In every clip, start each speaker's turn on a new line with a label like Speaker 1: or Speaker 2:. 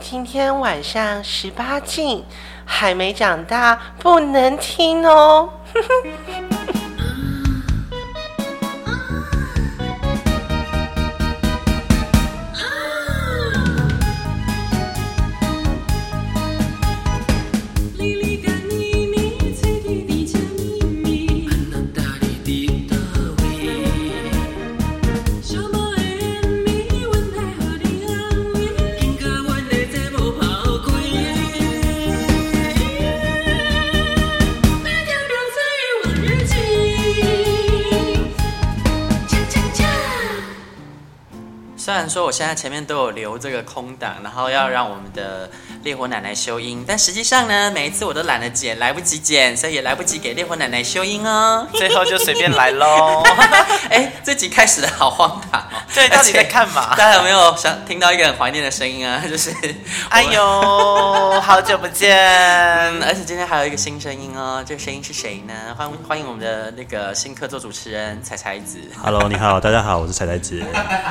Speaker 1: 今天晚上十八禁，还没长大不能听哦。
Speaker 2: 虽然说我现在前面都有留这个空档，然后要让我们的烈火奶奶修音，但实际上呢，每一次我都懒得剪，来不及剪，所以也来不及给烈火奶奶修音 哦。
Speaker 3: 最后就随便来喽。
Speaker 2: 哎、这集开始的好荒唐哦！
Speaker 3: 对，到底在干
Speaker 2: 大
Speaker 3: 嘛？
Speaker 2: 家有没有想听到一个很怀念的声音啊？就是
Speaker 3: 哎呦，好久不见。
Speaker 2: 嗯，而且今天还有一个新声音哦，这个声音是谁呢？欢欢迎我们的那个新客座主持人彩彩子。
Speaker 4: Hello，你好，大家好，我是彩彩姐。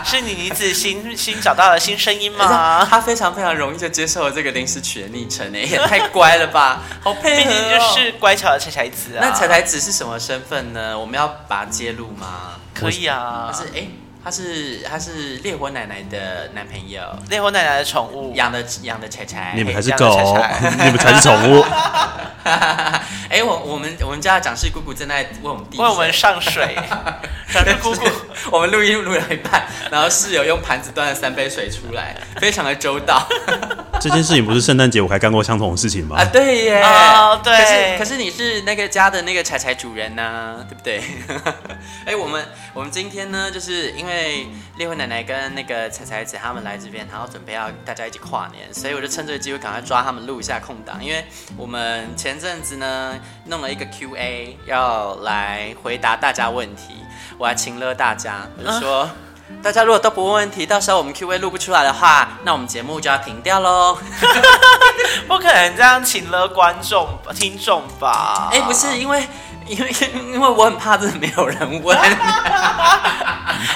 Speaker 3: 是你妮子新新找到了新声音
Speaker 2: 啊，
Speaker 3: 吗？
Speaker 2: 他非常非常容易就接受了这个临时取的昵称哎诶，也太乖了吧，好
Speaker 3: 毕
Speaker 2: 配合、
Speaker 3: 竟
Speaker 2: 哦。
Speaker 3: 就是乖巧的彩彩子啊。
Speaker 2: 那彩彩子是什么身份呢？我们要把它揭露吗？
Speaker 3: 可以啊
Speaker 2: 他，是诶，他是他是烈火奶奶的男朋友，
Speaker 3: 烈火奶奶的宠物。
Speaker 2: 养的养的柴柴。
Speaker 4: 你们才是
Speaker 3: 这样
Speaker 4: 狗，
Speaker 3: 才
Speaker 4: 你们才是宠物。
Speaker 2: 哎、我我们我们家的掌事姑姑正在为我们递水
Speaker 3: 为我们上水， 小猪姑姑，
Speaker 2: 我们录音录了一半，然后室友用盘子端了三杯水出来，非常的周到
Speaker 4: 这件事情不是圣诞节我还干过相同的事情吗
Speaker 2: 啊！？对耶，
Speaker 3: 哦对
Speaker 2: 可是可是你是那个家的那个柴柴主人呐、对不对？ 哎、我们我们今天呢，就是因为烈火奶奶跟那个柴柴子他们来这边，然后准备要大家一起跨年，所以我就趁这个机会赶快抓他们录一下空档，因为我们前阵子呢弄了一个 Q&A 要来回答大家问题，我还请了大家，我就说。
Speaker 3: 啊
Speaker 2: 大家如果都不问问题，到时候我们 Q&A 录不出来的话，那我们节目就要停掉喽。
Speaker 3: 不可能这样请了观众吧听众吧？
Speaker 2: 哎、不
Speaker 3: 啊
Speaker 2: 是，因为 因为因为我很怕真的没有人 问，哎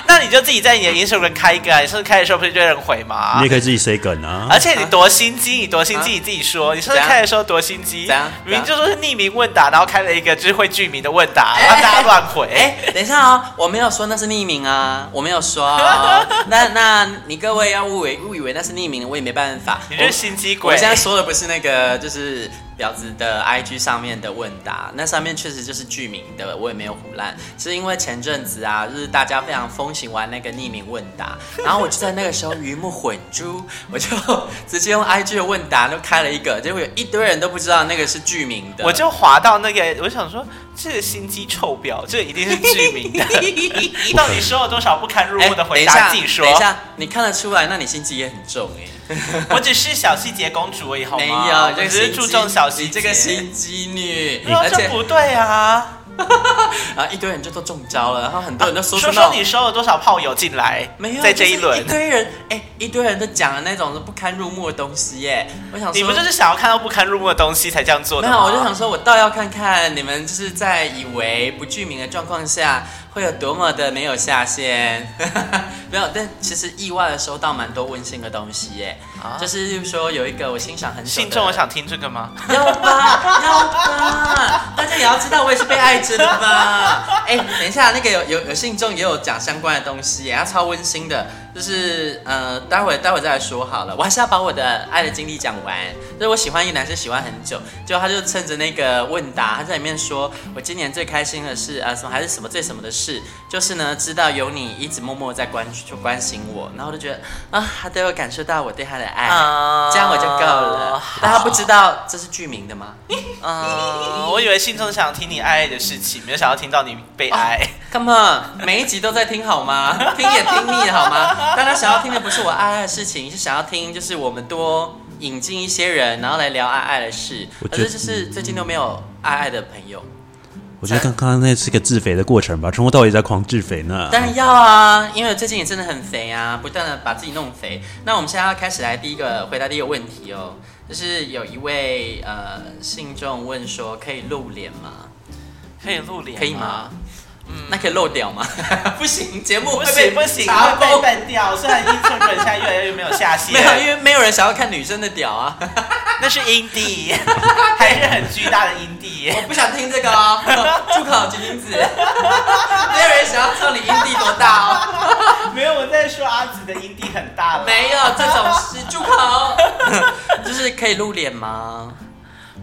Speaker 3: 那你就自己在你的 Instagram 开一个、啊，你上次开的时候不是就有人回吗
Speaker 4: 你也？可以自己 say 梗啊
Speaker 3: 而。且你多心机，你多心机，你自己说，你上次
Speaker 2: 怎样
Speaker 3: 开的时候多心机
Speaker 2: 啊怎样，
Speaker 3: 明明就说是匿名问答，然后开了一个就是会剧名的问答，让大家乱回。
Speaker 2: 哎、等一下哦，我没有说那是匿名啊，我没有说 哦、那那你各位要误以为误以为那是匿名，我也没办法。
Speaker 3: 你这是心机
Speaker 2: 我
Speaker 3: 鬼
Speaker 2: 我！ 现在说的不是那个，就是婊子的 IG 上面的问答，那上面确实就是剧名的，我也没有胡乱，是因为前阵子啊，就是大家非常风行玩那个匿名问 答，然后我就在那个时候鱼目混珠，我就直接用 IG 的问答就开了一个，结果有一堆人都不知道那个是剧名的，
Speaker 3: 我 就滑到那个，我想说，这个心机臭婊，这一定是剧名的。 到底说了多少不堪入
Speaker 2: 哎
Speaker 3: 目的
Speaker 2: 等
Speaker 3: 回
Speaker 2: 一
Speaker 3: 答？
Speaker 2: 下
Speaker 3: 自己说
Speaker 2: 等。一下，你看得出来，那你心机也很重哎、
Speaker 3: 我只是小细节公主而已，好
Speaker 2: 没
Speaker 3: 吗？
Speaker 2: 有，
Speaker 3: 我
Speaker 2: 这个
Speaker 3: 只是
Speaker 2: 心机
Speaker 3: 注重小细
Speaker 2: 你
Speaker 3: 节。
Speaker 2: 这个心机女，
Speaker 3: 然后
Speaker 2: 而且
Speaker 3: 这不对啊！
Speaker 2: 然后一堆人就都中招了，然后很多人都说出
Speaker 3: 说
Speaker 2: 那
Speaker 3: 说
Speaker 2: 种
Speaker 3: 你收了多少炮友进来？
Speaker 2: 没有，
Speaker 3: 在这
Speaker 2: 就
Speaker 3: 一
Speaker 2: 是
Speaker 3: 轮
Speaker 2: 一，堆人哎、一堆人都讲了那种不堪入目的东西耶。我想说，
Speaker 3: 你不就是想要看到不堪入目的东西才这样做
Speaker 2: 没
Speaker 3: 的
Speaker 2: 有？啊
Speaker 3: 吗？
Speaker 2: 我就想说，我倒要看看你们就是在以为不具名的状况下会有多么的没有下限。 没有，但其实意外的收到蛮多温馨的东西耶。
Speaker 3: 啊
Speaker 2: 就是例如说有一个我欣赏很久的，
Speaker 3: 信众，我想听这个吗？
Speaker 2: 要吧，要吧，大家也要知道我也是被爱着的吧。 哎、等一下，那个有有有信众也有讲相关的东西耶，他超温馨的，就是呃，待会待会再来说好了，我还是要把我的爱的经历讲完。就是我喜欢一个男生喜欢很久，结果他就趁着那个问答，他在里面说我今年最开心的是啊什么还是什么最什么的事，就是呢知道有你一直默默在关就关心我，然后我就觉得啊，他都有感受到我对他的爱。
Speaker 3: 啊
Speaker 2: 这样我就够了。但他不知道这是剧名的吗？
Speaker 3: 嗯，我以为信众想听你爱爱的事情，没有想要听到你被爱。
Speaker 2: Come on，每一集都在听好吗？听也听腻了好吗？大家想要听的不是我爱爱的事情，是想要听就是我们多引进一些人，然后来聊爱爱的事。
Speaker 4: 我
Speaker 2: 可
Speaker 4: 觉得嗯
Speaker 2: 是就是最近都没有爱爱的朋友，
Speaker 4: 我觉得刚刚那是个自肥的过程吧，从头到尾在狂自肥呢。
Speaker 2: 当然要啊，因为最近也真的很肥啊，不断的把自己弄肥。啊那我们现在要开始来第一个回答第一个问题哦，就是有一位呃信众问说，可以露脸吗？
Speaker 3: 可以露脸，
Speaker 2: 可以吗？？那可以漏掉吗？ 不行，节目
Speaker 3: 不
Speaker 2: 会被
Speaker 3: 行不行，
Speaker 2: 查
Speaker 3: 会被
Speaker 2: 封。
Speaker 3: 笨掉。虽然英寸人现在越来越没有下限，
Speaker 2: 没有，因为没有人想要看女生的屌啊！
Speaker 3: 那是阴蒂， 还是很巨大的阴蒂。
Speaker 2: 我不想听这个哦， 住口，金 金子！没有人想要知道你阴蒂多大哦。
Speaker 3: 没有，我在说阿紫的阴蒂很大了。
Speaker 2: 没有这种事，住 口！就是可以露脸吗？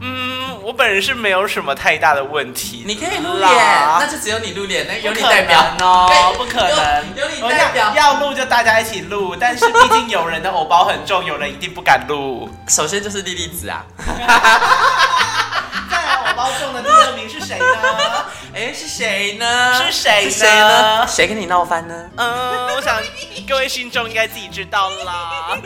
Speaker 3: 嗯，我本人是没有什么太大的问题。
Speaker 2: 你可以露脸，
Speaker 3: 啦
Speaker 2: 那就只有你露脸，那有
Speaker 3: 有
Speaker 2: 你
Speaker 3: 你
Speaker 2: 代
Speaker 3: 代
Speaker 2: 表
Speaker 3: 表
Speaker 2: 对
Speaker 3: 哦，不可能，
Speaker 2: 有有你代表
Speaker 3: 我想要录就大家一起录，但是毕竟有人的偶包很重，有人一定不敢录。
Speaker 2: 首先就是莉莉子啊，
Speaker 3: 再来，偶包重的第二名是谁呢？
Speaker 2: 哎，是谁呢？
Speaker 3: 是谁呢
Speaker 2: 是谁呢？谁跟你闹翻呢？
Speaker 3: 嗯，我想各位信众应该自己知道啦。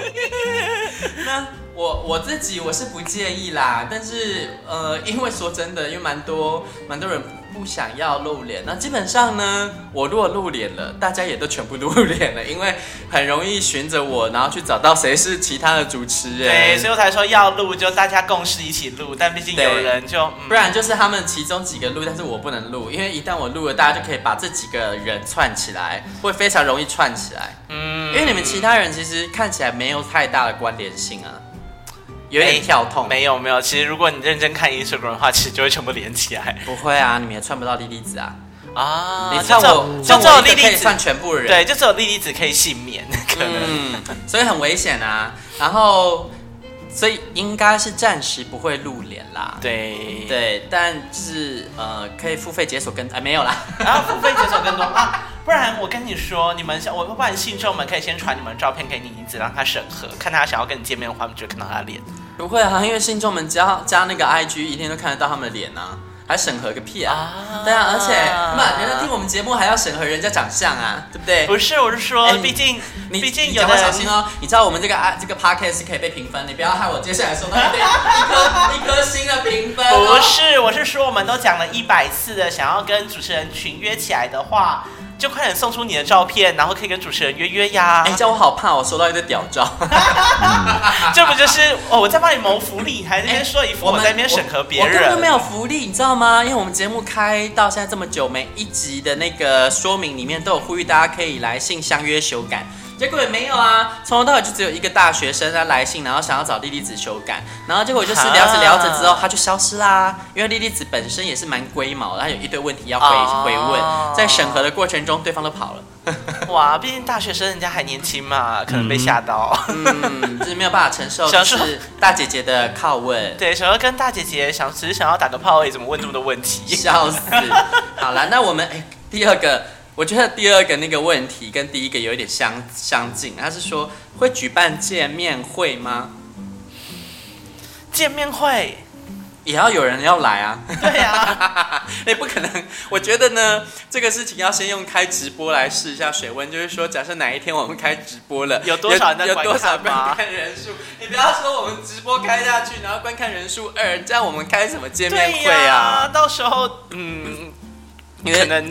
Speaker 2: 那我我自己我是不介意啦，但是呃，因为说真的，因为蛮多蛮多人不想要露脸。那基本上呢，我如果露脸了，大家也都全部露脸了，因 为很容易循着我，然后去找到谁是其他的主持人。
Speaker 3: 对，所以我才说要录就大家共识一起录，但毕竟有人就嗯
Speaker 2: 不然就是他们其中几个录，但是我不能录，因为一旦我录了，大家就可以把这几个人串起来，会非常容易串起来。
Speaker 3: 嗯
Speaker 2: 因为你们其他人其实看起来没有太大的关联性啊，有
Speaker 3: 哎
Speaker 2: 点跳痛。
Speaker 3: 没有没有，其实如果你认真看 Instagram 的话，其实就会全部连起来
Speaker 2: 不会啊，你们也串不到莉莉子啊！
Speaker 3: 啊
Speaker 2: 你串我，
Speaker 3: 就
Speaker 2: 串
Speaker 3: 只有
Speaker 2: 我
Speaker 3: 莉
Speaker 2: 一个可
Speaker 3: 莉
Speaker 2: 以
Speaker 3: 子
Speaker 2: 串，全部人。
Speaker 3: 对，就只有莉莉子可以幸免，可能。
Speaker 2: 嗯，所以很危险啊。然后，所以应该是暂时不会露脸啦。
Speaker 3: 对。
Speaker 2: 对，但是呃，可以付费解锁跟啊没有啦。
Speaker 3: 然后付费解锁更多啊。不然我跟你说，你们想我不然信众们可以先传你们照片给你妮子，让她审核，看她想要跟你见面的话，你就看到她的脸。
Speaker 2: 不会啊，因为信众们加加那个 IG，一定都看得到他们的脸啊，还审核个屁啊！
Speaker 3: 啊
Speaker 2: 对啊，而且那人家听我们节目还要审核人家长相啊，对不对？
Speaker 3: 不是，我是说，
Speaker 2: 哎你
Speaker 3: 毕竟
Speaker 2: 你
Speaker 3: 毕竟
Speaker 2: 你
Speaker 3: 有
Speaker 2: 讲
Speaker 3: 的
Speaker 2: 话
Speaker 3: 人
Speaker 2: 小心哦，你知道我们这个啊这个 podcast 是可以被评分，你不要害我接下来收到一堆一颗一颗星的评分、
Speaker 3: 不
Speaker 2: 哦。
Speaker 3: 是，我是说，我们都讲了一百次的，想要跟主持人群约起来的话，就快点送出你的照片，然后可以跟主持人约约呀
Speaker 2: 哎、。这样我好怕，我收到一堆屌照。
Speaker 3: 这不就是哦？我在帮你谋福利，你还在那边说一副我
Speaker 2: 哎们
Speaker 3: 在那边审核别
Speaker 2: 我根本
Speaker 3: 人
Speaker 2: 没。有福利，你知道吗？因为我们节目开到现在这么久，每一集的那个说明里面都有呼吁大家可以来信相约修改。结果也没有啊，从头到尾就只有一个大学生他来信，然后想要找莉莉子修改，然后结果就是
Speaker 3: 啊
Speaker 2: 聊着聊着之后，他就消失啦。因为莉莉子本身也是蛮龟毛的，她有一堆问题要回、
Speaker 3: 哦
Speaker 2: 回问，在审核的过程中，对方都跑了，
Speaker 3: 哇，啊毕竟大学生人家还年轻嘛，可能被吓到。
Speaker 2: 嗯，就是没有办法承 受，就
Speaker 3: 想说
Speaker 2: 是大姐姐的靠问。
Speaker 3: 对，想要跟大姐姐想，只是想要打个炮而已，怎么问这么多问题？
Speaker 2: 笑死！好了，那我们、哎，第二个，我觉得第二个那个问题跟第一个有一点相相近，他是
Speaker 3: 嗯
Speaker 2: 说会举办见面会吗？
Speaker 3: 见面会，
Speaker 2: 也要有人要来啊！
Speaker 3: 对啊，
Speaker 2: 哎，不可能！我觉得呢，这个事情要先用开直播来试一下水温，就是说，假设哪一天我们开直播了，
Speaker 3: 有多少人在
Speaker 2: 有有
Speaker 3: 观
Speaker 2: 多少
Speaker 3: 看吗
Speaker 2: 观看人数？你不要说我们直播开下去，然后观看人数二，这样我们开什么见面
Speaker 3: 对
Speaker 2: 会
Speaker 3: 呀、
Speaker 2: 啊？
Speaker 3: 到时候嗯，
Speaker 2: 因为
Speaker 3: 可能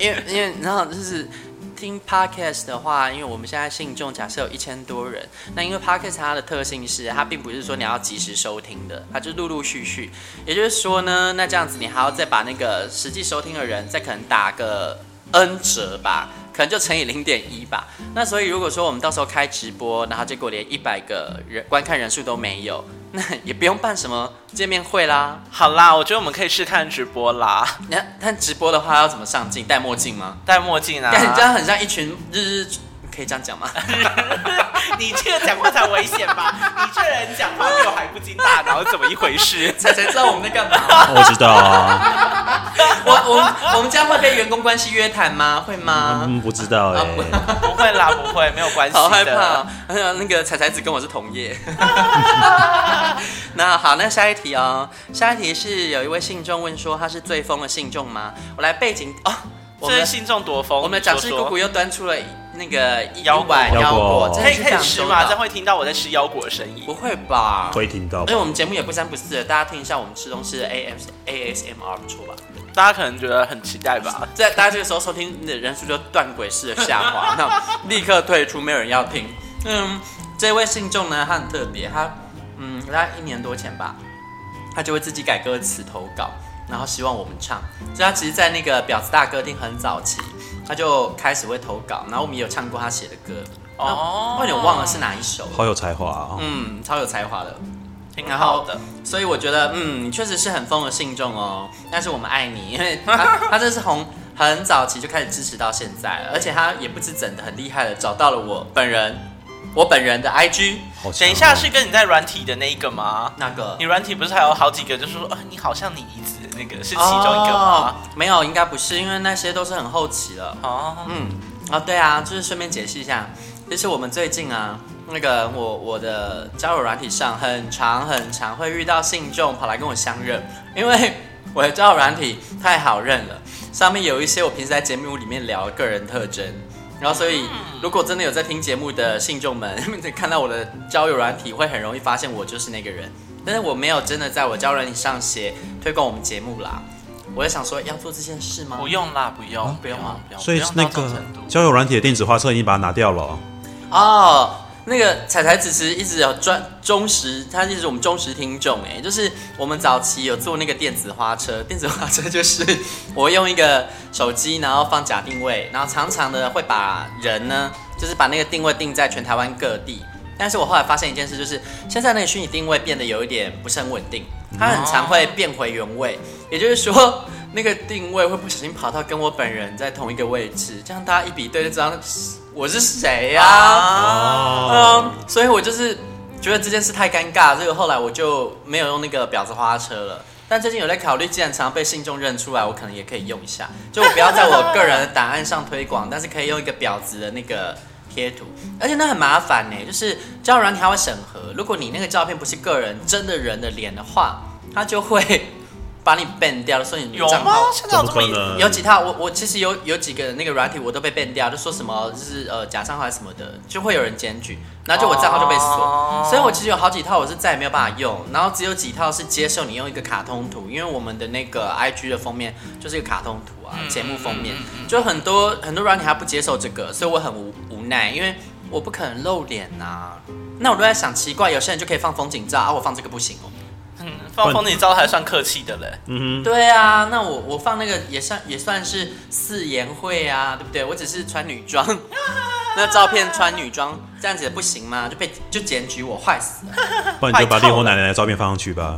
Speaker 2: 因为因为你知道，就是听 podcast 的话，因为我们现在信众假设有一千多人，那因为 podcast 它的特性是，它并不是说你要及时收听的，它就陆陆续续。也就是说呢，那这样子你还要再把那个实际收听的人再可能打个 n 折吧。可能就乘以零点一吧。那所以如果说我们到时候开直播，然后结果连一百个人观看人数都没有，那也不用办什么见面会啦。
Speaker 3: 好啦，我觉得我们可以试看直播啦，
Speaker 2: 那但直播的话要怎么上镜？戴墨镜吗？
Speaker 3: 戴墨镜啊。
Speaker 2: 但 你这样很像一群日日，可以这样讲吗？
Speaker 3: 你这个讲话才危险吧？ 你这人讲话比我还不经大脑，怎么一回事？
Speaker 2: 才才知道我们在干嘛。
Speaker 4: 哦我知道啊，
Speaker 2: 我我我们这样会被员工关系约谈吗？会吗？
Speaker 4: 嗯，不知道哎、
Speaker 3: 不会啦，不会，没有关系的。
Speaker 2: 好害怕 哦！那个彩彩子跟我是同业。 那好，那下一题哦。下一题是有一位信众问说，他是最疯的信众吗？我来背景哦。我
Speaker 3: 这
Speaker 2: 们
Speaker 3: 是信众多疯，
Speaker 2: 我们的
Speaker 3: 讲
Speaker 2: 讲师姑姑又端出了那个一
Speaker 3: 腰果
Speaker 2: 碗腰果，真的
Speaker 4: 可
Speaker 3: 可以
Speaker 2: 是
Speaker 3: 可
Speaker 2: 这
Speaker 3: 以
Speaker 2: 样
Speaker 3: 吃
Speaker 2: 收
Speaker 3: 吗？
Speaker 2: 到
Speaker 3: 这样会听到我在吃腰果的声音
Speaker 2: 不。会哎吧？
Speaker 4: 会听到
Speaker 2: 因为我们节目也不三不四的，大家听一下我们吃东西的 AS ASMR 不错吧？
Speaker 3: 大家可能觉得很期待吧？
Speaker 2: 在大家这个时候收听的人数就断轨式的下滑，那立刻退出，没有人要听。嗯，这位信众呢，他很特别，他嗯，大概一年多前吧，他就会自己改歌词投稿，然后希望我们唱。所以他其实，在那个婊子大歌厅很早期，他就开始会投稿，然后我们也有唱过他写的歌。
Speaker 3: 哦
Speaker 2: 那我有点忘了是哪一首了。
Speaker 4: 好有才华啊、
Speaker 2: 嗯，超有才华的。
Speaker 3: 挺
Speaker 2: 然
Speaker 3: 好
Speaker 2: 后
Speaker 3: 的。，
Speaker 2: 所以我觉得，嗯，你确实是很疯的信众哦。但是我们爱你，因 为他他这是从很早期就开始支持到现在了，而且他也不是整的很厉害了，找到了我本人，我本人的 IG
Speaker 4: 好强哦
Speaker 3: 等一下是跟你在软体的那一个吗？
Speaker 2: 那个
Speaker 3: 你软体不是还有好几个，就是说，啊，你好像你一直那个是其中一个吗？
Speaker 2: 哦没有，应该不是，因为那些都是很后期了。
Speaker 3: 哦，
Speaker 2: 嗯，哦，对啊，就是顺便解释一下，就是我们最近啊，那个我我的交友软体上很长很长会遇到信众跑来跟我相认，因为 我的交友软体太好认了，上面有一些我平时在节目里面聊的个人特征。然后，所以如果真的有在听节目的信众们， 看到我的交友软体，会很容易发现我就是那个人。但是我没有真的在我交友软体上写推广我们节目啦。我在想说，要做这件事吗？
Speaker 3: 不用啦，不用，
Speaker 2: 不用啊，不用。
Speaker 4: 所以
Speaker 3: 不用到
Speaker 4: 那
Speaker 3: 这种
Speaker 4: 个
Speaker 3: 程度
Speaker 4: 交友软体的电子花册已经把它拿掉了、哦，
Speaker 2: 哦，那个彩彩其实一直有专忠实，他一直是我们忠实听众哎，就是我们早期有做那个电子花车，电子花车就是 我用一个手机，然后放假定位，然后常常的会把人呢，就是把那个定位定在全台湾各地。但是我后来发现一件事，就是现在那个虚拟定位变得有一点不是很稳定，它很常会变回原位，也就是说，那个定位会不小心跑到跟我本人在同一个位置，这样大家一比对就知道我是谁呀、
Speaker 3: 啊
Speaker 4: 哦
Speaker 2: 嗯，所以我就是觉得这件事太尴尬，所以后来我就没有用那个婊子花车了。但最近有在考虑，既然常被信众认出来，我可能也可以用一下，就我不要在我个人的档案上推广，但是可以用一个婊子的那个贴图，而且那很麻烦呢、就是交友软体它会审核，如果你那个照片不是个人真的人的脸的话，它就会 把你 ban 掉，说你的
Speaker 3: 有
Speaker 2: 账
Speaker 3: 吗
Speaker 2: 号？
Speaker 3: 现在
Speaker 4: 怎
Speaker 3: 有
Speaker 4: 么
Speaker 3: 这
Speaker 4: 可
Speaker 3: 么一
Speaker 4: 能？
Speaker 2: 有几套，我我其实有有几个那个软体我都被 ban 掉，就说什么就是呃假账号还是什么的，就会有人检举，然后就我账号就被锁。
Speaker 3: 哦
Speaker 2: 所以我其实有好几套我是再也没有办法用，然后只有几套是接受你用一个卡通图，因为我们的那个 IG 的封面就是一个卡通图啊，节目封面就很多很多软体它不接受这个，所以我很无无奈，因为我不可能露脸呐、那我都在想，奇怪，有些人就可以放风景照啊，我放这个不行哦。
Speaker 3: 嗯，放风你照还算客气的嘞。
Speaker 4: 嗯哼，
Speaker 2: 对啊，那我我放那个也算也算是四言会啊，对不对？我只是穿女 装，那照片穿女装这样子也不行吗？就被就检举我坏死了。
Speaker 4: 不然你就把烈火奶奶的照片放上去吧。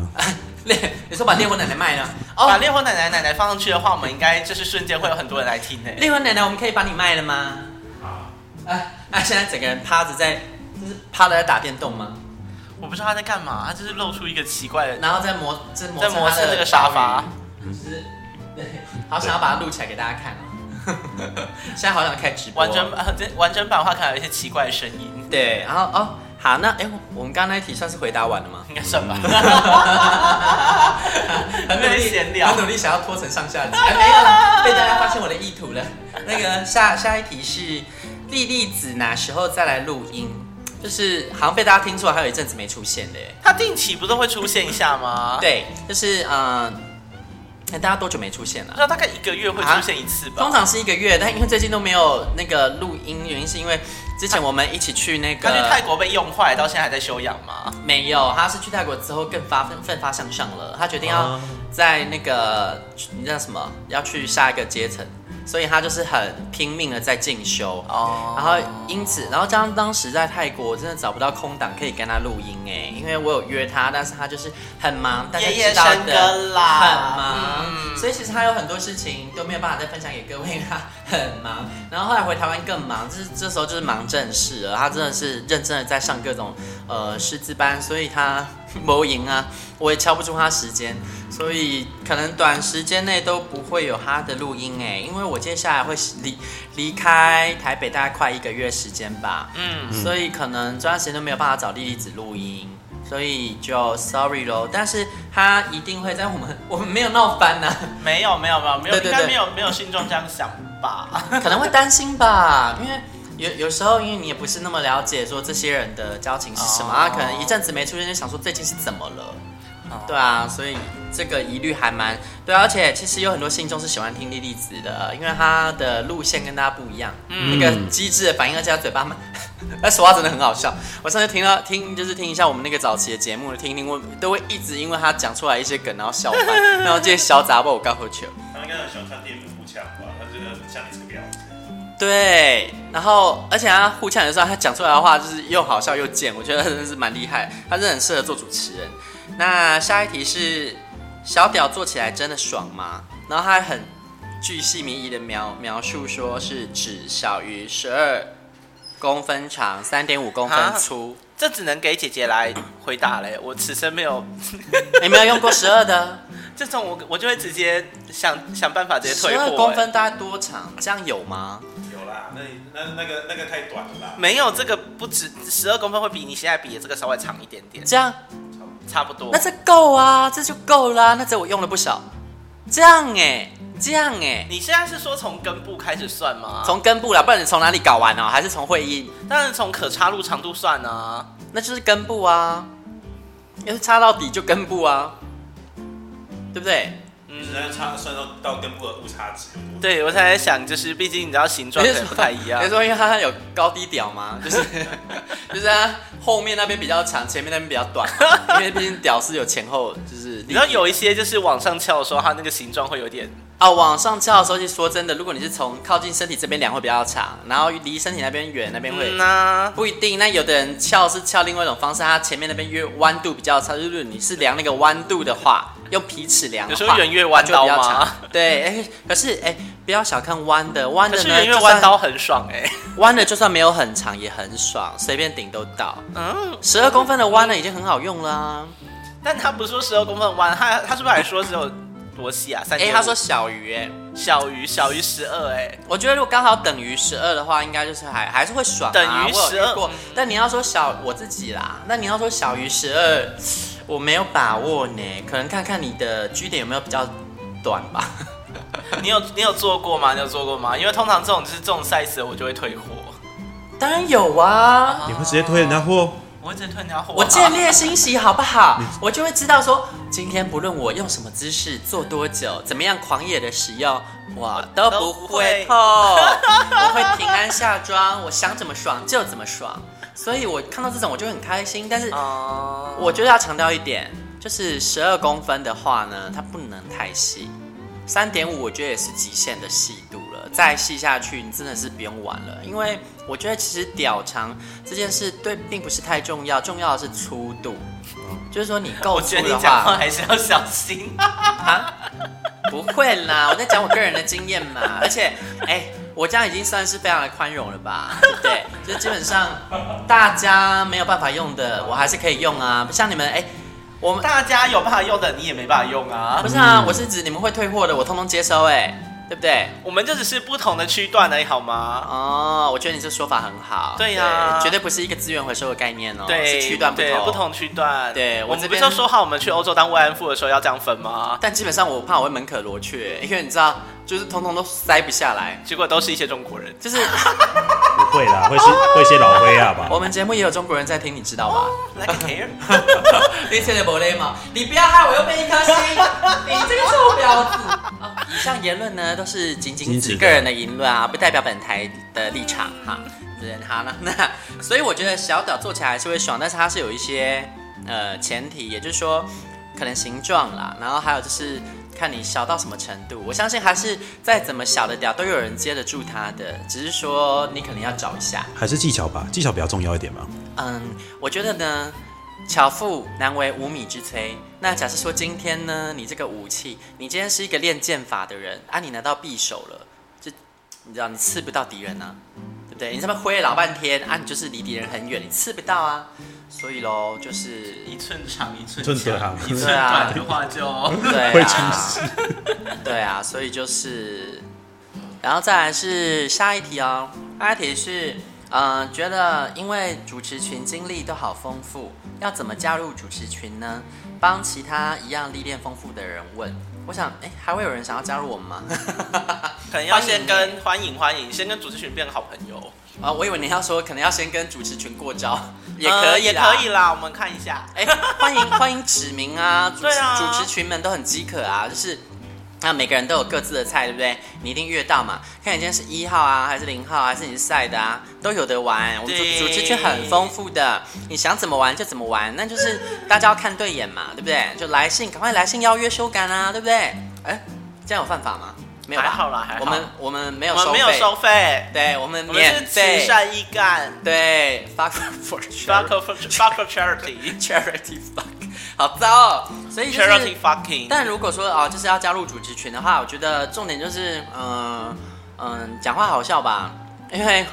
Speaker 2: 烈你说把烈火奶奶卖了
Speaker 3: 把
Speaker 2: 哦，
Speaker 3: 烈火奶奶奶奶放上去的话，我们应该就是瞬间会有很多人来听呢。
Speaker 2: 烈火奶奶，我们可以把你卖了吗？
Speaker 3: 啊
Speaker 2: 哎哎，现在整个人趴着在，就是趴着在打电动吗？
Speaker 3: 我不知道他在干嘛，他就是露出一个奇怪的，
Speaker 2: 然后在磨，在磨
Speaker 3: 在磨蹭
Speaker 2: 蹭
Speaker 3: 这个沙发，
Speaker 2: 就是对，好想要把它录起来给大家看哦。 现在好想开直播哦，
Speaker 3: 完整版这完整版的话，可能有一些奇怪的声音，
Speaker 2: 对，然后哦，好，那哎，我们刚刚那一题算是回答完了吗？
Speaker 3: 应该算吧。
Speaker 2: 很努力
Speaker 3: 闲聊
Speaker 2: 很努力想要拖成上下 集，哎没有了，被大家发现我的意图了。那个下下一题是莉莉子哪时候再来录音？就是好像被大家听出来，还有一阵子没出现的耶。
Speaker 3: 他定期不都会出现一下吗？，
Speaker 2: 对，就是嗯，哎大家多久没出现了
Speaker 3: 不知？道大概一个月会出现一次吧。
Speaker 2: 通常是一个月，但因为最近都没有那个录音，原因是因为之前我们一起去那个
Speaker 3: 他去泰国被用坏，到现在还在休养吗？
Speaker 2: 没有，他是去泰国之后更发奋奋发向上了，他决定要
Speaker 4: 啊
Speaker 2: 在那个你知道什么，要去下一个阶层，所以他就是很拼命的在进修。
Speaker 3: 哦
Speaker 2: 然后因此，然后加上当时在泰国，我真的找不到空档可以跟他录音哎，因为我有约他，但是他就是很忙，大家
Speaker 3: 夜夜
Speaker 2: 知道的，
Speaker 3: 笙歌啦
Speaker 2: 很忙，
Speaker 3: 嗯
Speaker 2: 所以其实他有很多事情都没有办法再分享给各位，因为他很忙。 然后后来回台湾更忙，就是这时候就是忙正事了，他真的是认真的在上各种呃师资班，所以他没赢啊，我也敲不出他时间，所以可能短时间内都不会有他的录音哎，因为我接下来会离离开台北大概快一个月时间吧，
Speaker 3: 嗯，
Speaker 2: 所以可能这段时间都没有办法找莉莉子录音，所以就 sorry 咯。但是她一定会在我们 我们没有闹翻啊呐、
Speaker 3: 没有没有没有没有，
Speaker 2: 对对
Speaker 3: 应
Speaker 2: 对
Speaker 3: 该没有没有信众这样想吧？
Speaker 2: 可能会担心吧，因为。有有时候，因为你也不是那么了解说这些人的交情是什么、
Speaker 3: 哦
Speaker 2: 啊，可能一阵子没出现，就想说最近是怎么了？对啊，所以这个疑虑还蛮对啊、而且其实有很多信众是喜欢听莉莉子的，因为她的路线跟大家不一样，那个机智的反应，而且她嘴巴蛮， 那说话真的很好笑。我上次听到听就是听一下我们那个早期的节目，听一听我都会一直因为她讲出来一些梗，然后笑翻， 然后这些小杂货我刚喝酒。
Speaker 5: 他应该很喜欢看电影的互呛吧？他觉得很像你这个样子。
Speaker 2: 对，然后而且他互呛的时候，他讲出来的话就是又好笑又贱，我觉得真的是蛮厉害，他真的很适合做主持人。那下一题是小屌做起来真的爽吗？然后他还很巨细靡遗的描描述说是指小于十二公分长、三点五公分
Speaker 3: 啊
Speaker 2: 粗。
Speaker 3: 这只能给姐姐来回答嘞，我此生没有
Speaker 2: 你没有用过十二的？
Speaker 3: 这种我，我就会直接想想办法直接
Speaker 2: 十
Speaker 3: 退货、欸
Speaker 2: 二公分大概多长？这样有吗？
Speaker 5: 有啦，那你那那个那个太短了啦
Speaker 3: 哎。没有这个不止十二公分，会比你现在比的这个稍微长一点点，
Speaker 2: 这样
Speaker 3: 差不多
Speaker 2: 那。这够啊，这就够啦。那这我用了不少。这样哎、这样哎、
Speaker 3: 你现在是说从根部开始算吗？
Speaker 2: 从根部啦，不然你从哪里搞完呢、啊还是从会议？
Speaker 3: 当然从可插入长度算啊。
Speaker 2: 那就是根部啊，要是插到底就根部啊，对不对？
Speaker 5: 你在差算到到根部的误差值有多少？
Speaker 3: 对，我才在想，就是毕竟你知道形状可能不太一样
Speaker 2: 你是。说因为它有高低屌吗？就是 就是它后面那边比较长，前面那边比较短嘛，因为毕竟屌是有前后，就是
Speaker 3: 你知道有一些就是往上翘的时候，它那个形状会有点，
Speaker 2: 啊，往上翘的时候，其实说真的，如果你是从靠近身体这边量会比较长，然后离身体那边远，那边会
Speaker 3: 嗯呐、
Speaker 2: 不一定，那有的人翘是翘另外一种方式，他前面那边约弯度比较长，就是你是量那个弯度的话，用皮尺量的
Speaker 3: 有
Speaker 2: 话，
Speaker 3: 时候圆月弯
Speaker 2: 就比
Speaker 3: 刀
Speaker 2: 较
Speaker 3: 嘛
Speaker 2: 长。。对，哎、可是哎、不要小看弯的，弯
Speaker 3: 可
Speaker 2: 的
Speaker 3: 是
Speaker 2: 呢，
Speaker 3: 圆月
Speaker 2: 就
Speaker 3: 弯
Speaker 2: 算
Speaker 3: 刀很爽哎、
Speaker 2: 弯的就算没有很长也很爽，随便顶都到。
Speaker 3: 嗯，
Speaker 2: 十二公分的弯的已经很好用啊啦、
Speaker 3: 但他不是说十二公分弯，他他是不是还说只有多细啊？三
Speaker 2: 哎、
Speaker 3: 点五。
Speaker 2: 他说小于、哎，
Speaker 3: 小于小于十二哎，
Speaker 2: 我觉得如果刚好等于十二的话，应该就是还还是会爽、啊。
Speaker 3: 等于
Speaker 2: 我有遇
Speaker 3: 12
Speaker 2: 过，但你要说小我自己啦，那你要说小于十二，我没有把握呢，可能看看你的居点有没有比较短吧。
Speaker 3: 你有你有做过吗？你有做过吗？因为通常这种就是这种 size 的我就会退货，
Speaker 2: 当然有啊，
Speaker 4: 你会直接推人家货？
Speaker 3: 我会直接退人家货。啊
Speaker 2: 我见猎欣喜好不好？我就会知道说，今天不论我用什么姿势做多久，怎么样狂野的使用，我 都不会痛，我会平安下妆，我想怎么爽就怎么爽。所以我看到这种我就很开心，但是
Speaker 3: 啊，
Speaker 2: 我觉得要强调一点，就是十二公分的话呢，它不能太细，三点五我觉得也是极限的细度了，再细下去你真的是不用玩了，因为我觉得其实屌长这件事对并不是太重要，重要的是粗度，就是说你够
Speaker 3: 我
Speaker 2: 粗
Speaker 3: 觉得
Speaker 2: 的
Speaker 3: 你讲话
Speaker 2: 话，
Speaker 3: 还是要小心。
Speaker 2: 不会啦，我在讲我个人的经验嘛，而且哎。我这样已经算是非常的宽容了吧，对不对？就是基本上大家没有办法用的，我还是可以用啊。不像你们，哎、我们
Speaker 3: 大家有办法用的，你也没办法用啊
Speaker 2: 不。是啊，我是指你们会退货的，我通通接收、哎，对不对？
Speaker 3: 我们就只是不同的区段而已，好吗？
Speaker 2: 哦，我觉得你这说法很好。
Speaker 3: 对呀
Speaker 2: 绝对不是一个资源回收的概念哦，
Speaker 3: 对，
Speaker 2: 是区段不
Speaker 3: 对
Speaker 2: 同。
Speaker 3: 不。同区段。
Speaker 2: 对我
Speaker 3: 我
Speaker 2: 这
Speaker 3: 们不
Speaker 2: 边
Speaker 3: 是就说好我们去欧洲当慰安妇的时候要这样分吗？
Speaker 2: 但基本上我怕我会门可罗雀，因为你知道，就是通通都塞不下来。
Speaker 3: 结果都是一些中国人。
Speaker 2: 就是
Speaker 4: 不会啦，会是会些老灰啊吧？
Speaker 2: 我们节目也有中国人在听，你知道吗？
Speaker 3: Like a hair？
Speaker 2: 你真的不礼貌，你不要害我又被一颗星，你这个臭婊子！啊以上言论呢都是仅仅
Speaker 4: 仅止
Speaker 2: 指
Speaker 4: 的
Speaker 2: 个人的言论啊，不代表本台的立场哈。对，好了，那 所以我觉得小岛做起来还是会爽，但是它是有一些呃前提，也就是说可能形状啦，然后还有就是看你小到什么程度。我相信还是再怎么小的屌都有人接得住它的，只是说你可能要找一下。
Speaker 4: 还是技巧吧，技巧比较重要一点嘛。
Speaker 2: 嗯，我觉得呢，巧妇难为无米之炊。那假设说今天呢，你这个武器，你今天是一个练剑法的人啊，你拿到匕首了，就你知道你刺不到敌人啊，对不对？你这么挥了老半天啊，你就是离敌人很远，你刺不到啊。所以喽，就是
Speaker 3: 一寸长一寸
Speaker 4: 寸
Speaker 3: 强，
Speaker 4: 长
Speaker 3: 一寸短的话就。
Speaker 2: 对
Speaker 4: 会
Speaker 2: 啊
Speaker 4: 出，
Speaker 2: 对啊，所以就是，然后再来是下一题哦，下一题是，嗯、觉得因为主持群经历都好丰富，要怎么加入主持群呢？帮其他一样历练丰富的人问。我想，哎，还会有人想要加入我们吗？
Speaker 3: 可能要先跟欢迎欢迎，先跟主持群变好朋友。
Speaker 2: 哦啊，我以为你要说可能要先跟主持群过招，也可以，
Speaker 3: 呃也可以。啦，我们看一下。
Speaker 2: 哎，欢迎 欢迎指名啊，主持
Speaker 3: 对啊
Speaker 2: 主持群们都很饥渴啊，就是。那每个人都有各自的菜，对不对？你一定越到嘛，看你今天是一号啊，还是零号啊，还是你是赛的啊，都有得玩。我们主
Speaker 3: 对
Speaker 2: 主持群很丰富的，你想怎么玩就怎么玩，那 就是大家要看对眼嘛，对不对？就来信，赶快来信邀约修改啊，对不对？哎，这样有犯法吗？没有吧？
Speaker 3: 还好啦还好
Speaker 2: 我们我们没有
Speaker 3: 我们
Speaker 2: 收
Speaker 3: 没有
Speaker 2: 费，
Speaker 3: 收费，
Speaker 2: 对，我们
Speaker 3: 我们
Speaker 2: 免
Speaker 3: 是慈
Speaker 2: 费，
Speaker 3: 善义干
Speaker 2: 对，fuck for
Speaker 3: ，fuck for fuck for charity，charity
Speaker 2: charity fuck，好糟、哦。所以就是，
Speaker 3: fucking。
Speaker 2: 但如果说哦，就是要加入主持群的话，我觉得重点就是，嗯、嗯，讲话好笑吧，因为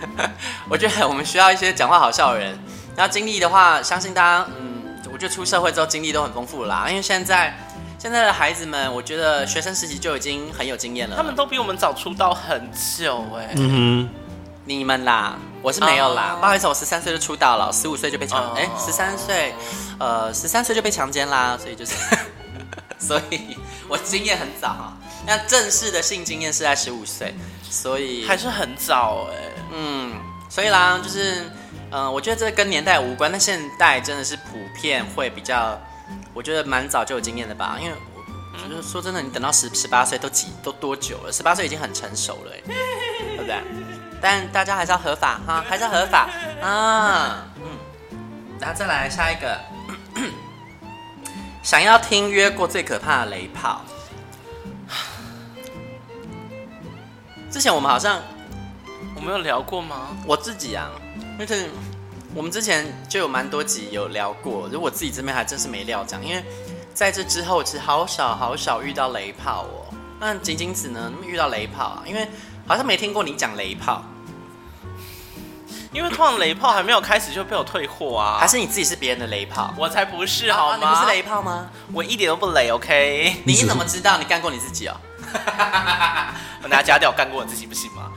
Speaker 2: 我觉得我们需要一些讲话好笑的人。然后经历的话，相信大家，嗯，我觉得出社会之后经历都很丰富了啦，因为现在现在的孩子们，我觉得学生时期就已经很有经验了。
Speaker 3: 他们都比我们早出道很久哎、
Speaker 4: 嗯
Speaker 2: 你们啦，我是没有啦
Speaker 3: 哦
Speaker 2: 不好意思，我十三岁就出道了，十五岁就被
Speaker 3: 哦
Speaker 2: 强，哎、1十三岁，呃，十三岁就被强奸啦，所以就是， 所以我经验很早哈，那正式的性经验是在十五岁，所以
Speaker 3: 还是很早哎、
Speaker 2: 嗯，所以啦，就是，嗯、我觉得这跟年代无关，但现代真的是普遍会比较，我觉得蛮早就有经验的吧，因为我。就是说真的，你等到十十八岁都几都多久了？十八岁已经很成熟了、欸，对不对？但大家还是要合法哈，还是要合法啊。嗯，然后再来下一个， 想要听约过最可怕的雷炮。之前我们好像
Speaker 3: 我们有聊过吗？
Speaker 2: 我自己啊，就是我们之前就有蛮多集有聊过，就我自己这边还真是没料讲，因为在这之后其实好少好少遇到雷炮哦。那仅仅只能遇到雷炮啊，因为好像没听过你讲雷炮，
Speaker 3: 因为通常雷炮还没有开始就被我退货啊，
Speaker 2: 还是你自己是别人的雷炮？
Speaker 3: 我才不是好
Speaker 2: 啊
Speaker 3: 吗？
Speaker 2: 你不是雷炮吗？
Speaker 3: 我一点都不雷，OK？
Speaker 2: 你怎么知道你干过你自己哦？
Speaker 3: 我拿家掉干过我自己不行吗？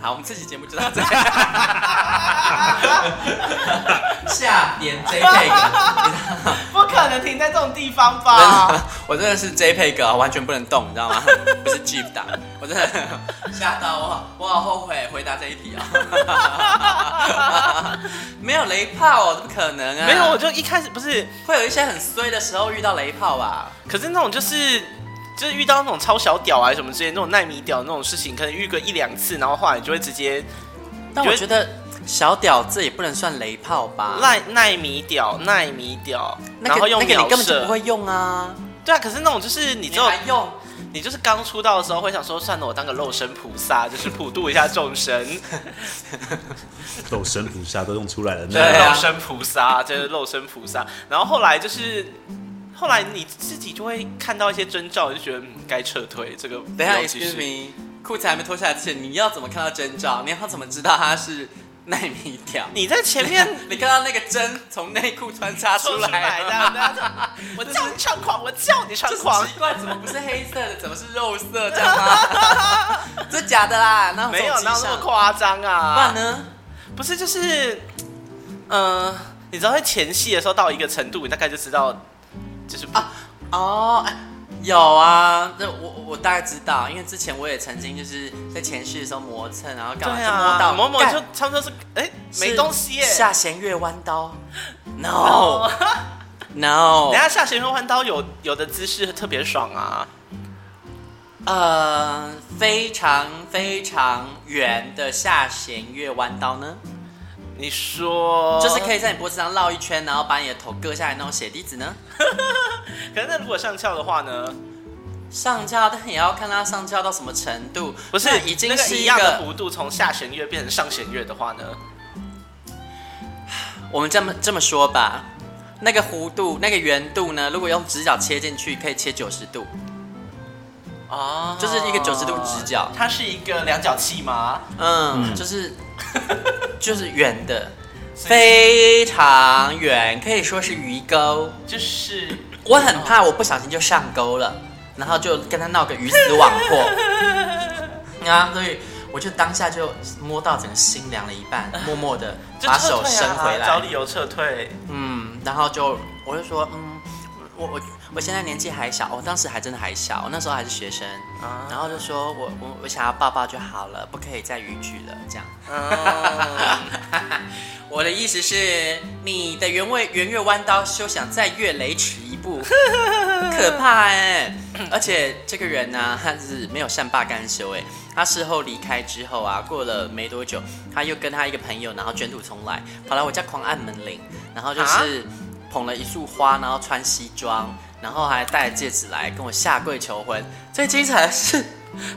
Speaker 2: 好，我们这期节目就到 这里。下点 JPEG，
Speaker 3: 不可能停在这种地方
Speaker 2: 真的？， 我真的是 JPEG 啊，完全不能动，你知道吗？ 不是 GIF 档，我真的吓到我，我好后悔回答这一题啊。 没有雷炮、哦，怎么可能啊？
Speaker 3: 没有，我就一开始不是，
Speaker 2: 会有一些很衰的时候遇到雷炮吧？
Speaker 3: 可是那种就是就是遇到那种超小屌啊什么之类那种奈米屌那种事情，可能遇个一两次，然后后来你就会直接
Speaker 2: 但我觉得小屌这也不能算雷炮吧？
Speaker 3: 奈奈米屌奈米屌，
Speaker 2: 那
Speaker 3: 然后
Speaker 2: 个
Speaker 3: 用
Speaker 2: 那个你
Speaker 3: 秒
Speaker 2: 根本就不
Speaker 3: 射。
Speaker 2: 会用啊，
Speaker 3: 对啊，可是那种就是你
Speaker 2: 你
Speaker 3: 只有
Speaker 2: 还用？
Speaker 3: 你就是刚出道的时候会想说，算了，我当个肉身菩萨，就是普度一下众生。
Speaker 4: 哼，斗神菩萨都用出来 了
Speaker 2: 对啊
Speaker 4: 呢。
Speaker 3: 肉身菩萨，真的肉身菩萨。然后后来就是，后来你自己就会看到一些征兆，你就觉得嗯该撤退。这个
Speaker 2: 等一下
Speaker 3: 尤其
Speaker 2: ，excuse
Speaker 3: 是
Speaker 2: me，裤子还没脱下来之前，你要怎么看到征兆？你要怎么知道它是奈米屌？
Speaker 3: 你在前面
Speaker 2: 你看到那个针从内裤穿插出
Speaker 3: 出
Speaker 2: 来
Speaker 3: 来
Speaker 2: 了
Speaker 3: 的，这样 我叫你猖狂，我叫你
Speaker 2: 就
Speaker 3: 猖
Speaker 2: 是
Speaker 3: 狂
Speaker 2: 奇。怪，怎么不是黑色的，怎么是肉色这样 吗？这假的啦，那
Speaker 3: 没有
Speaker 2: 那
Speaker 3: 那么夸张
Speaker 2: 不然
Speaker 3: 啊！
Speaker 2: 呢？呃
Speaker 3: 不是，就是，嗯、你知道在前戏的时候到一个程度，你大概就知道，就是啊，
Speaker 2: 哦，哎有啊，这我我大概知道，因为之前我也曾经就是在前戏的时候磨蹭，然后
Speaker 3: 对
Speaker 2: 干嘛就摸
Speaker 3: 啊，
Speaker 2: 到
Speaker 3: 某某
Speaker 2: 干
Speaker 3: 就差不多是，哎、
Speaker 2: 是
Speaker 3: 没东西耶、
Speaker 2: 下弦月弯 刀，no no，
Speaker 3: 等一下下旋风弯刀有有的姿势特别爽啊，
Speaker 2: 呃，非常非常圆的下弦月弯刀呢？
Speaker 3: 你说
Speaker 2: 就是可
Speaker 3: 以，
Speaker 2: 以在你脖子上绕一圈，然后把你的头割下来那种血滴子呢？
Speaker 3: 可是那如果上翘的话呢？
Speaker 2: 上翘，但也要看它上翘到什么程度。
Speaker 3: 不是
Speaker 2: 那，已经
Speaker 3: 那个
Speaker 2: 是
Speaker 3: 一
Speaker 2: 一
Speaker 3: 样的
Speaker 2: 个
Speaker 3: 幅度，从下弦月变成上弦月的话呢？
Speaker 2: 我们这么这么说吧，那个弧度、那个圆度呢，如果用直角切进去，可以切九十度。
Speaker 3: 啊，
Speaker 2: 就是一个90度直角
Speaker 3: 它是一个量角器吗？
Speaker 2: 嗯，就是 就是圆的，非常圆，可以说是鱼钩。
Speaker 3: 就是
Speaker 2: 我很怕我不小心就上钩了，然后就跟他闹个鱼死网 破。啊，所以我就当下就摸到整个心凉了一半， 默默的
Speaker 3: 就
Speaker 2: 把
Speaker 3: 撤退
Speaker 2: 手
Speaker 3: 啊
Speaker 2: 伸回来，
Speaker 3: 找理由撤退。
Speaker 2: 嗯，然后就我就说，嗯，我我我我现在年纪还小，我哦当时还真的还小，我那时候还是学生，
Speaker 1: 啊
Speaker 2: 然后就说我我我想要抱抱就好了，不可以再逾矩了，这样。
Speaker 3: 啊
Speaker 1: 哦，
Speaker 2: 我的意思是，你的圆位圆月弯刀休想再越雷池一步，很可怕哎、而且这个人呢、啊他是没有善罢甘休哎、他事后离开之后啊，过了没多久，他又跟他一个朋友，然后卷土重来，跑来我家狂按门铃，然后
Speaker 3: 啊
Speaker 2: 就是捧了一束花，然后穿西装，然后还戴了戒指来跟我下跪求婚。最精彩的是。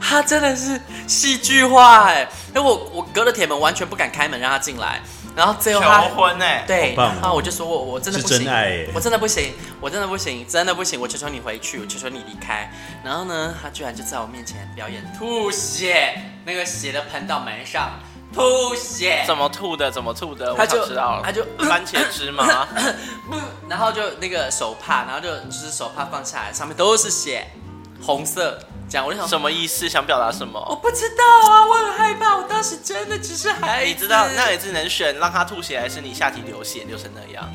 Speaker 2: 他真的是戏剧化哎，因为我我隔着铁门完全不敢开门让他进来，然后最
Speaker 3: 求
Speaker 2: 后他
Speaker 3: 婚哎、
Speaker 2: 对，
Speaker 4: 好棒哦
Speaker 2: 啊，我就说我我真的不行，
Speaker 4: 是真爱耶
Speaker 2: 我真的不行，我真的不行，真的不行，我求求你回去，我求求你离开。然后呢，他居然就在我面前表演吐血，那个血的喷到门上，吐血，
Speaker 3: 怎么吐的？怎么吐的？
Speaker 2: 他
Speaker 3: 我
Speaker 2: 就
Speaker 3: 想知道了。
Speaker 2: 他就
Speaker 3: 番茄汁吗？
Speaker 2: 然后就那个手帕，然后就就是手帕放下来，上面都是血，红色，这样我就想说。
Speaker 3: 什么意思？想表达什
Speaker 2: 我
Speaker 3: 么？
Speaker 2: 不知道啊，我很害怕。我当时真的只是孩子，
Speaker 3: 你知道，那也只能选让他吐血，还是你下体流血流成那样？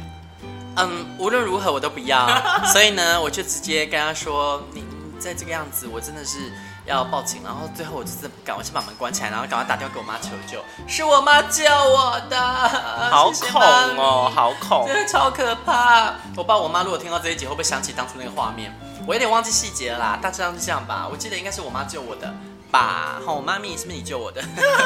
Speaker 2: 嗯，无论如何我都不 要，所以呢，我就直接跟他说：“你你再这个样子，我真的是要报警。”然后最后我就是不敢，我先把门关起来，然后赶快打电话给我妈求救，是我妈救我的，
Speaker 3: 好
Speaker 2: 谢谢
Speaker 3: 恐
Speaker 2: 妈
Speaker 3: 哦，好恐
Speaker 2: 真！的超可怕。我爸我妈如果听到这一集，会不会想起当初那个画面？我有点忘记细节了啦，大致上是这样吧。我记得应该是我妈救我的吧。吼，妈咪是不是你救 我的？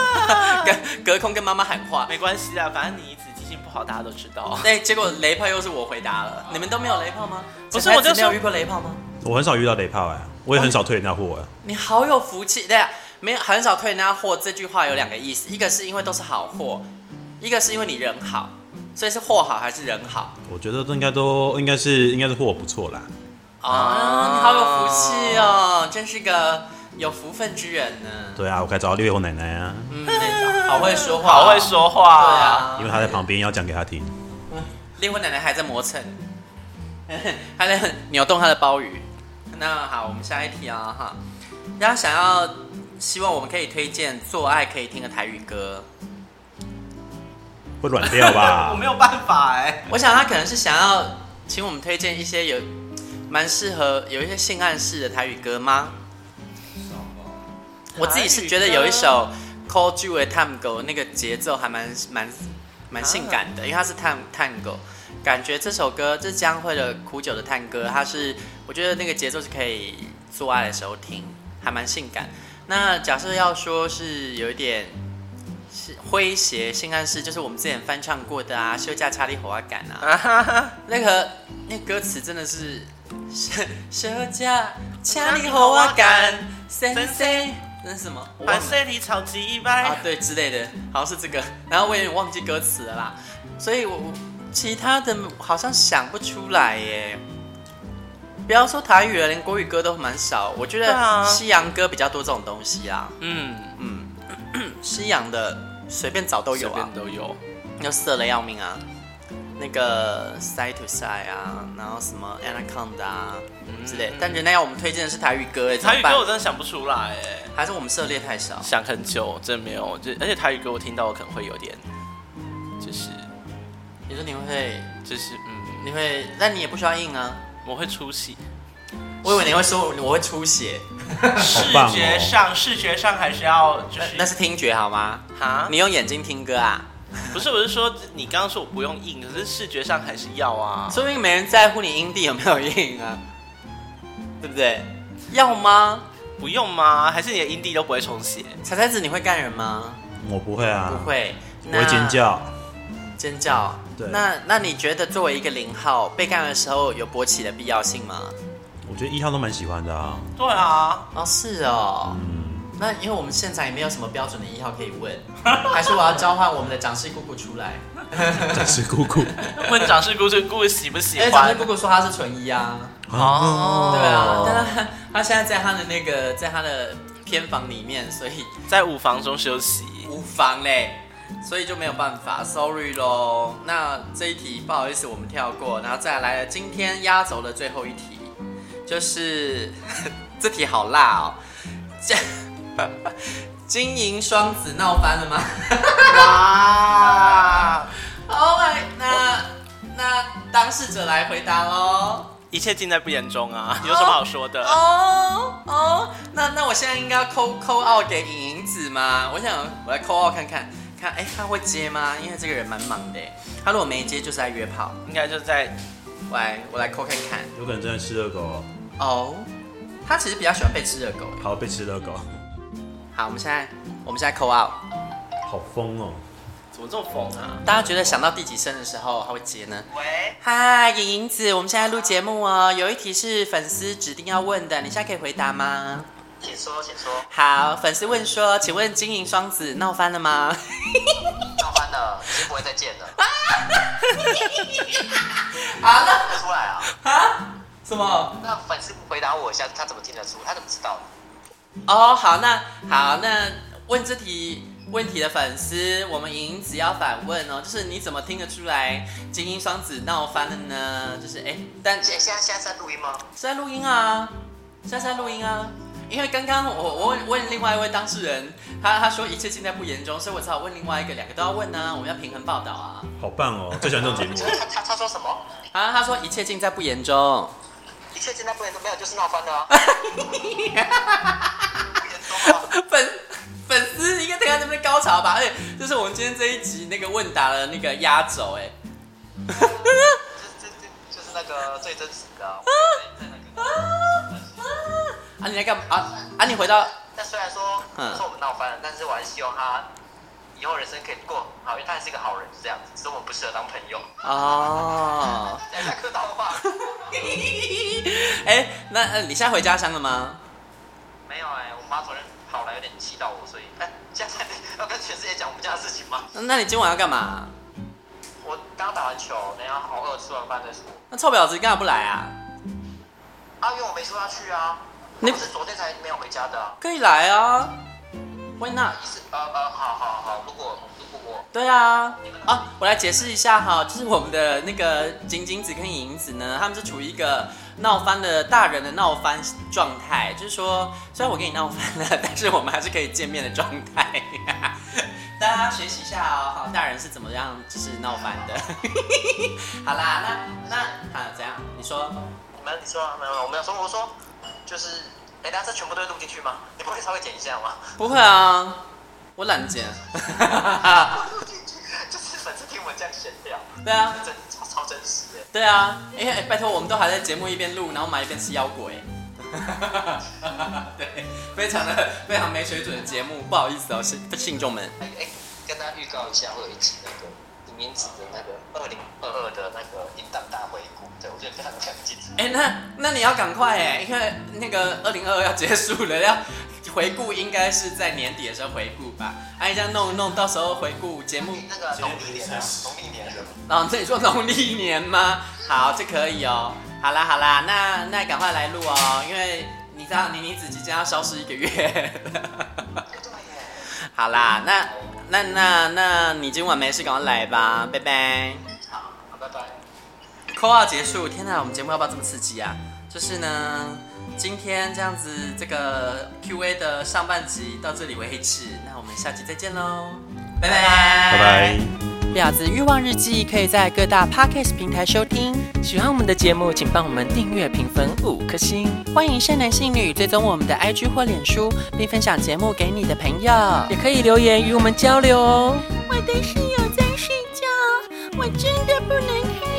Speaker 2: 隔隔空跟妈妈喊话。
Speaker 3: 没关系啊，反正你一直记性不好，大家都知道。
Speaker 2: 对，结果雷炮又是我回答了。你们都没有雷炮吗？
Speaker 3: 不是
Speaker 2: 小孩
Speaker 3: 我就
Speaker 2: 子没有
Speaker 3: 说
Speaker 2: 遇过雷炮吗？
Speaker 4: 我很少遇到雷炮哎、我也很少退人家货哎、
Speaker 2: 你好有福气，对啊，没有很少退人家货。这句话有两个意思，一个是因为都是好货，一个是因为你人好，所以是货好还是人好
Speaker 4: 我觉得都应该都应该是应该是货不错啦。
Speaker 2: 啊？你好有福气哦，真是个有福分之人呢。
Speaker 4: 对啊，我该找到六月后奶奶啊，
Speaker 2: 嗯，对好会说话，
Speaker 3: 好会，说话、
Speaker 2: 对。啊，
Speaker 4: 因为她在旁边要讲给她听。
Speaker 2: 烈火奶奶还在磨蹭， 还在扭动她的鲍鱼。那好，我们下一题啊哈，大家想要希望我们可以推荐做爱可以听的台语歌，
Speaker 4: 会软掉
Speaker 3: 我
Speaker 2: 啊
Speaker 4: 吧
Speaker 3: 没？有办法哎、
Speaker 2: 我想他可能是想要请我们推荐一些有蛮适合有一些性暗示的台语歌吗？我自己是觉得有一首《Call You a Tango》那个节奏还蛮蛮蛮性感的，因为它是探探狗，感觉这首歌这是江蕙的《苦酒的探歌》，它是我觉得那个节奏是可以做爱的时候听，还蛮性感。那假设要说是有一点是诙谐性暗示，就是我们之前翻唱过的啊，《休假查理火花感》啊，
Speaker 1: 啊哈 哈，
Speaker 2: 那个那歌词真的 是休假查理火花感，森森，那是什么？我忘
Speaker 3: 把
Speaker 2: 了
Speaker 3: 身体超级白。
Speaker 2: 啊，对之类的，好像是这个，然后我有点忘记歌词了啦，所以我我其他的好像想不出来耶。不要说台语了，连国语歌都蛮少。我觉
Speaker 1: 对啊
Speaker 2: 得西洋歌比较多这种东西啊，
Speaker 3: 嗯，
Speaker 2: 西洋的随便找都有
Speaker 3: 随
Speaker 2: 啊
Speaker 3: 便，都有。
Speaker 2: 又色的要命啊，那个 side to side 啊，然后什么 anaconda 啊、之类的。但人家要我们推荐的是台语歌，哎，怎
Speaker 3: 嗯台
Speaker 2: 么
Speaker 3: 语歌我
Speaker 2: 办？
Speaker 3: 真的想不出来哎、
Speaker 2: 还是我们涉猎太少？
Speaker 3: 想很久，真的没有。就而且台语歌我听到我可能会有点，就是
Speaker 2: 你说你会，
Speaker 3: 就是嗯，
Speaker 2: 你会，但你也不需要硬啊。
Speaker 3: 我会出戏。
Speaker 2: 我以为你会说我会出血，
Speaker 3: 视
Speaker 4: 棒哦
Speaker 3: 觉上，视觉上还是要就是
Speaker 2: 那是听觉好吗？
Speaker 3: 哈
Speaker 2: 你用眼睛听歌啊，
Speaker 3: 不是，我是说你刚刚说我不用硬，可是视觉上还是要啊。
Speaker 2: 说不定没人在乎你音地有没有硬啊，对不对？要吗？
Speaker 3: 不用吗？还是你的音地都不会重写？
Speaker 2: 彩彩子，你会干人吗？
Speaker 4: 我不会啊，
Speaker 2: 不，会，
Speaker 4: 我会尖，叫。
Speaker 2: 尖叫。
Speaker 4: 对
Speaker 2: 那那你觉得作为一个零号被干的时候有勃起的必要性吗？
Speaker 4: 我觉得一号都蛮喜欢的啊。
Speaker 3: 对啊，
Speaker 2: 哦，是哦。
Speaker 4: 嗯，
Speaker 2: 那因为我们现场也没有什么标准的一号可以问，还是我要召唤我们的掌事姑姑出来？
Speaker 4: 暂时姑姑。
Speaker 3: 问长事姑这姑喜不喜
Speaker 2: 因为掌事
Speaker 3: 欢
Speaker 2: 姑？姑说她是纯一啊。
Speaker 4: 哦，
Speaker 2: 对啊，但他他现在在他的那个在他的偏房里面，所以
Speaker 3: 在五房中休息。
Speaker 2: 无妨嘞，所以就没有办法，sorry 咯。那这一题不好意思，我们跳过，然后再来了今天压轴的最后一题，就是 这题好辣哦， 这金银双子闹翻了吗？哇！Oh my，那那当事者来回答喽。
Speaker 3: 一切尽在不言中啊，有什么好说的？
Speaker 2: 哦哦，那那我现在应该要扣扣二给影影子吗？我想我来扣二看看，看哎、他会接吗？因为这个人蛮忙的，他如果没接就是在约炮。
Speaker 3: 应该就在
Speaker 2: 我来我来扣看看，
Speaker 4: 有可能真的吃热狗哦，
Speaker 2: 哦，他其实比较喜欢被吃热狗。
Speaker 4: 好被吃热狗，
Speaker 2: 好，我们现在我们现在扣二，
Speaker 4: 好疯哦！
Speaker 3: 怎么这么疯啊？
Speaker 2: 大家觉得想到第几声的时候他会接呢？
Speaker 3: 喂，
Speaker 2: 嗨，影影子，我们现在录节目哦。有一题是粉丝指定要问的，你现在可以回答吗？
Speaker 6: 请说，请说，
Speaker 2: 好，粉丝问说，请问金银双子闹翻了吗？
Speaker 6: 闹翻了，已经不会再见了。
Speaker 2: 啊，
Speaker 6: 看得出来啊，
Speaker 2: 那啊什么？
Speaker 6: 那粉丝不回答我一下，他怎么听得出？他怎么知道？
Speaker 2: 哦，好，那好，那问这题问题的粉丝，我们影影子要反问哦，就是你怎么听得出来金银双子闹翻了呢？就是哎，但
Speaker 6: 现现在现在在录音吗？
Speaker 2: 是在录音啊，是在在录音啊。因为刚刚我我问问另外一位当事人，他他说一切尽在不言中，所以我只好问另外一个，两个都要问啊，我们要平衡报道啊。
Speaker 4: 好棒哦，最喜欢这种节目
Speaker 6: 就是他他他说什么？
Speaker 2: 啊，他说一切尽在不言中。
Speaker 6: 一切现在不能没有，就是闹翻了 啊。不严重啊
Speaker 2: 粉粉丝应该等一下那边高潮吧？而且这是我们今天这一集那个问答的那个压轴哎。
Speaker 6: 这这这就是那个最真实的啊。在那个
Speaker 2: 啊，你来干嘛？啊啊，你回到
Speaker 6: 但虽然说
Speaker 2: 嗯
Speaker 6: 说我们闹翻了，但是我还是希望他以后人生可以过好，因为他还是个好人，是这样子。只是我们不适合当朋 友。
Speaker 2: 哦，
Speaker 6: 讲一下客套话。
Speaker 2: 哎、那呃你现在回家乡了吗？
Speaker 6: 没有哎、我妈昨天跑来有点气到我，所以哎，现在要跟全世界讲我们家的事情 吗？
Speaker 2: 那你今晚要干嘛？
Speaker 6: 我刚打完球，等一下好饿，吃完饭再说。
Speaker 2: 那臭婊子干嘛不来啊？
Speaker 6: 啊，因为我没说要去啊，
Speaker 2: 你
Speaker 6: 我是昨天才没有回家的、啊。
Speaker 2: 可以来啊，Why not？
Speaker 6: 意思呃呃，好好好，如果如果我
Speaker 2: 对啊，啊，我来解释一下哈，就是我们的那个景景子跟银子呢，他们是处于一个闹翻的大人的闹翻状态，就是说，虽然我跟你闹翻了， 但是我们还是可以见面的状态。 大家学习一下哦，好，大人是怎么样就是闹翻的。 好啦，那那好怎样？你说
Speaker 6: 你们你说啊没有没有，我没有说，我说就是，哎、大家这全部都会录进去吗？ 你不会稍微剪一下吗？
Speaker 2: 不会啊？我懒得剪。
Speaker 6: 录进去，就是粉丝听我们这样闲聊，
Speaker 2: 对啊，
Speaker 6: 真超超真实的。
Speaker 2: 对啊，哎、哎拜托，我们都还在节目一边录，然后马一边吃腰果哎。 对，非常的非常没水准的节目，不好意思哦，信信众们。
Speaker 6: 哎、哎、跟大家预告一下，会有一集那个李明子的那个二零二二的那个淫荡大回顾，对我觉得非常非常精彩。
Speaker 2: 哎、那那你要赶快哎，因为那个二零二二要结束了，要回顾应该是在年底的时候回顾吧。哎，这样弄一弄，到时候回顾节目，
Speaker 6: 那个农历年啊，农历年的。
Speaker 2: 哦，这你说农历年 吗？好，这可以哦。好啦好啦，那那赶快来录哦，因为你知道妮妮子即将要消失一个月。
Speaker 6: 对耶。
Speaker 2: 好啦，那那那那你今晚没事，赶快来吧，拜拜。
Speaker 6: 好，好，拜拜。
Speaker 2: 扣二结束，天哪，我们节目要不要这么刺激啊？就是呢，今天这样子，这个 Q&A 的上半集到这里为止，那我们下集再见喽，拜拜， 拜
Speaker 4: 拜拜。。
Speaker 2: 《婊子欲望日记》可以在各大 podcast 平台收听。喜欢我们的节目，请帮我们订阅、评分五颗星。欢迎善男信女追踪我们的 IG 或脸书，并分享节目给你的朋友，也可以留言与我们交流哦。
Speaker 7: 我的室友在睡觉，我真的不能看。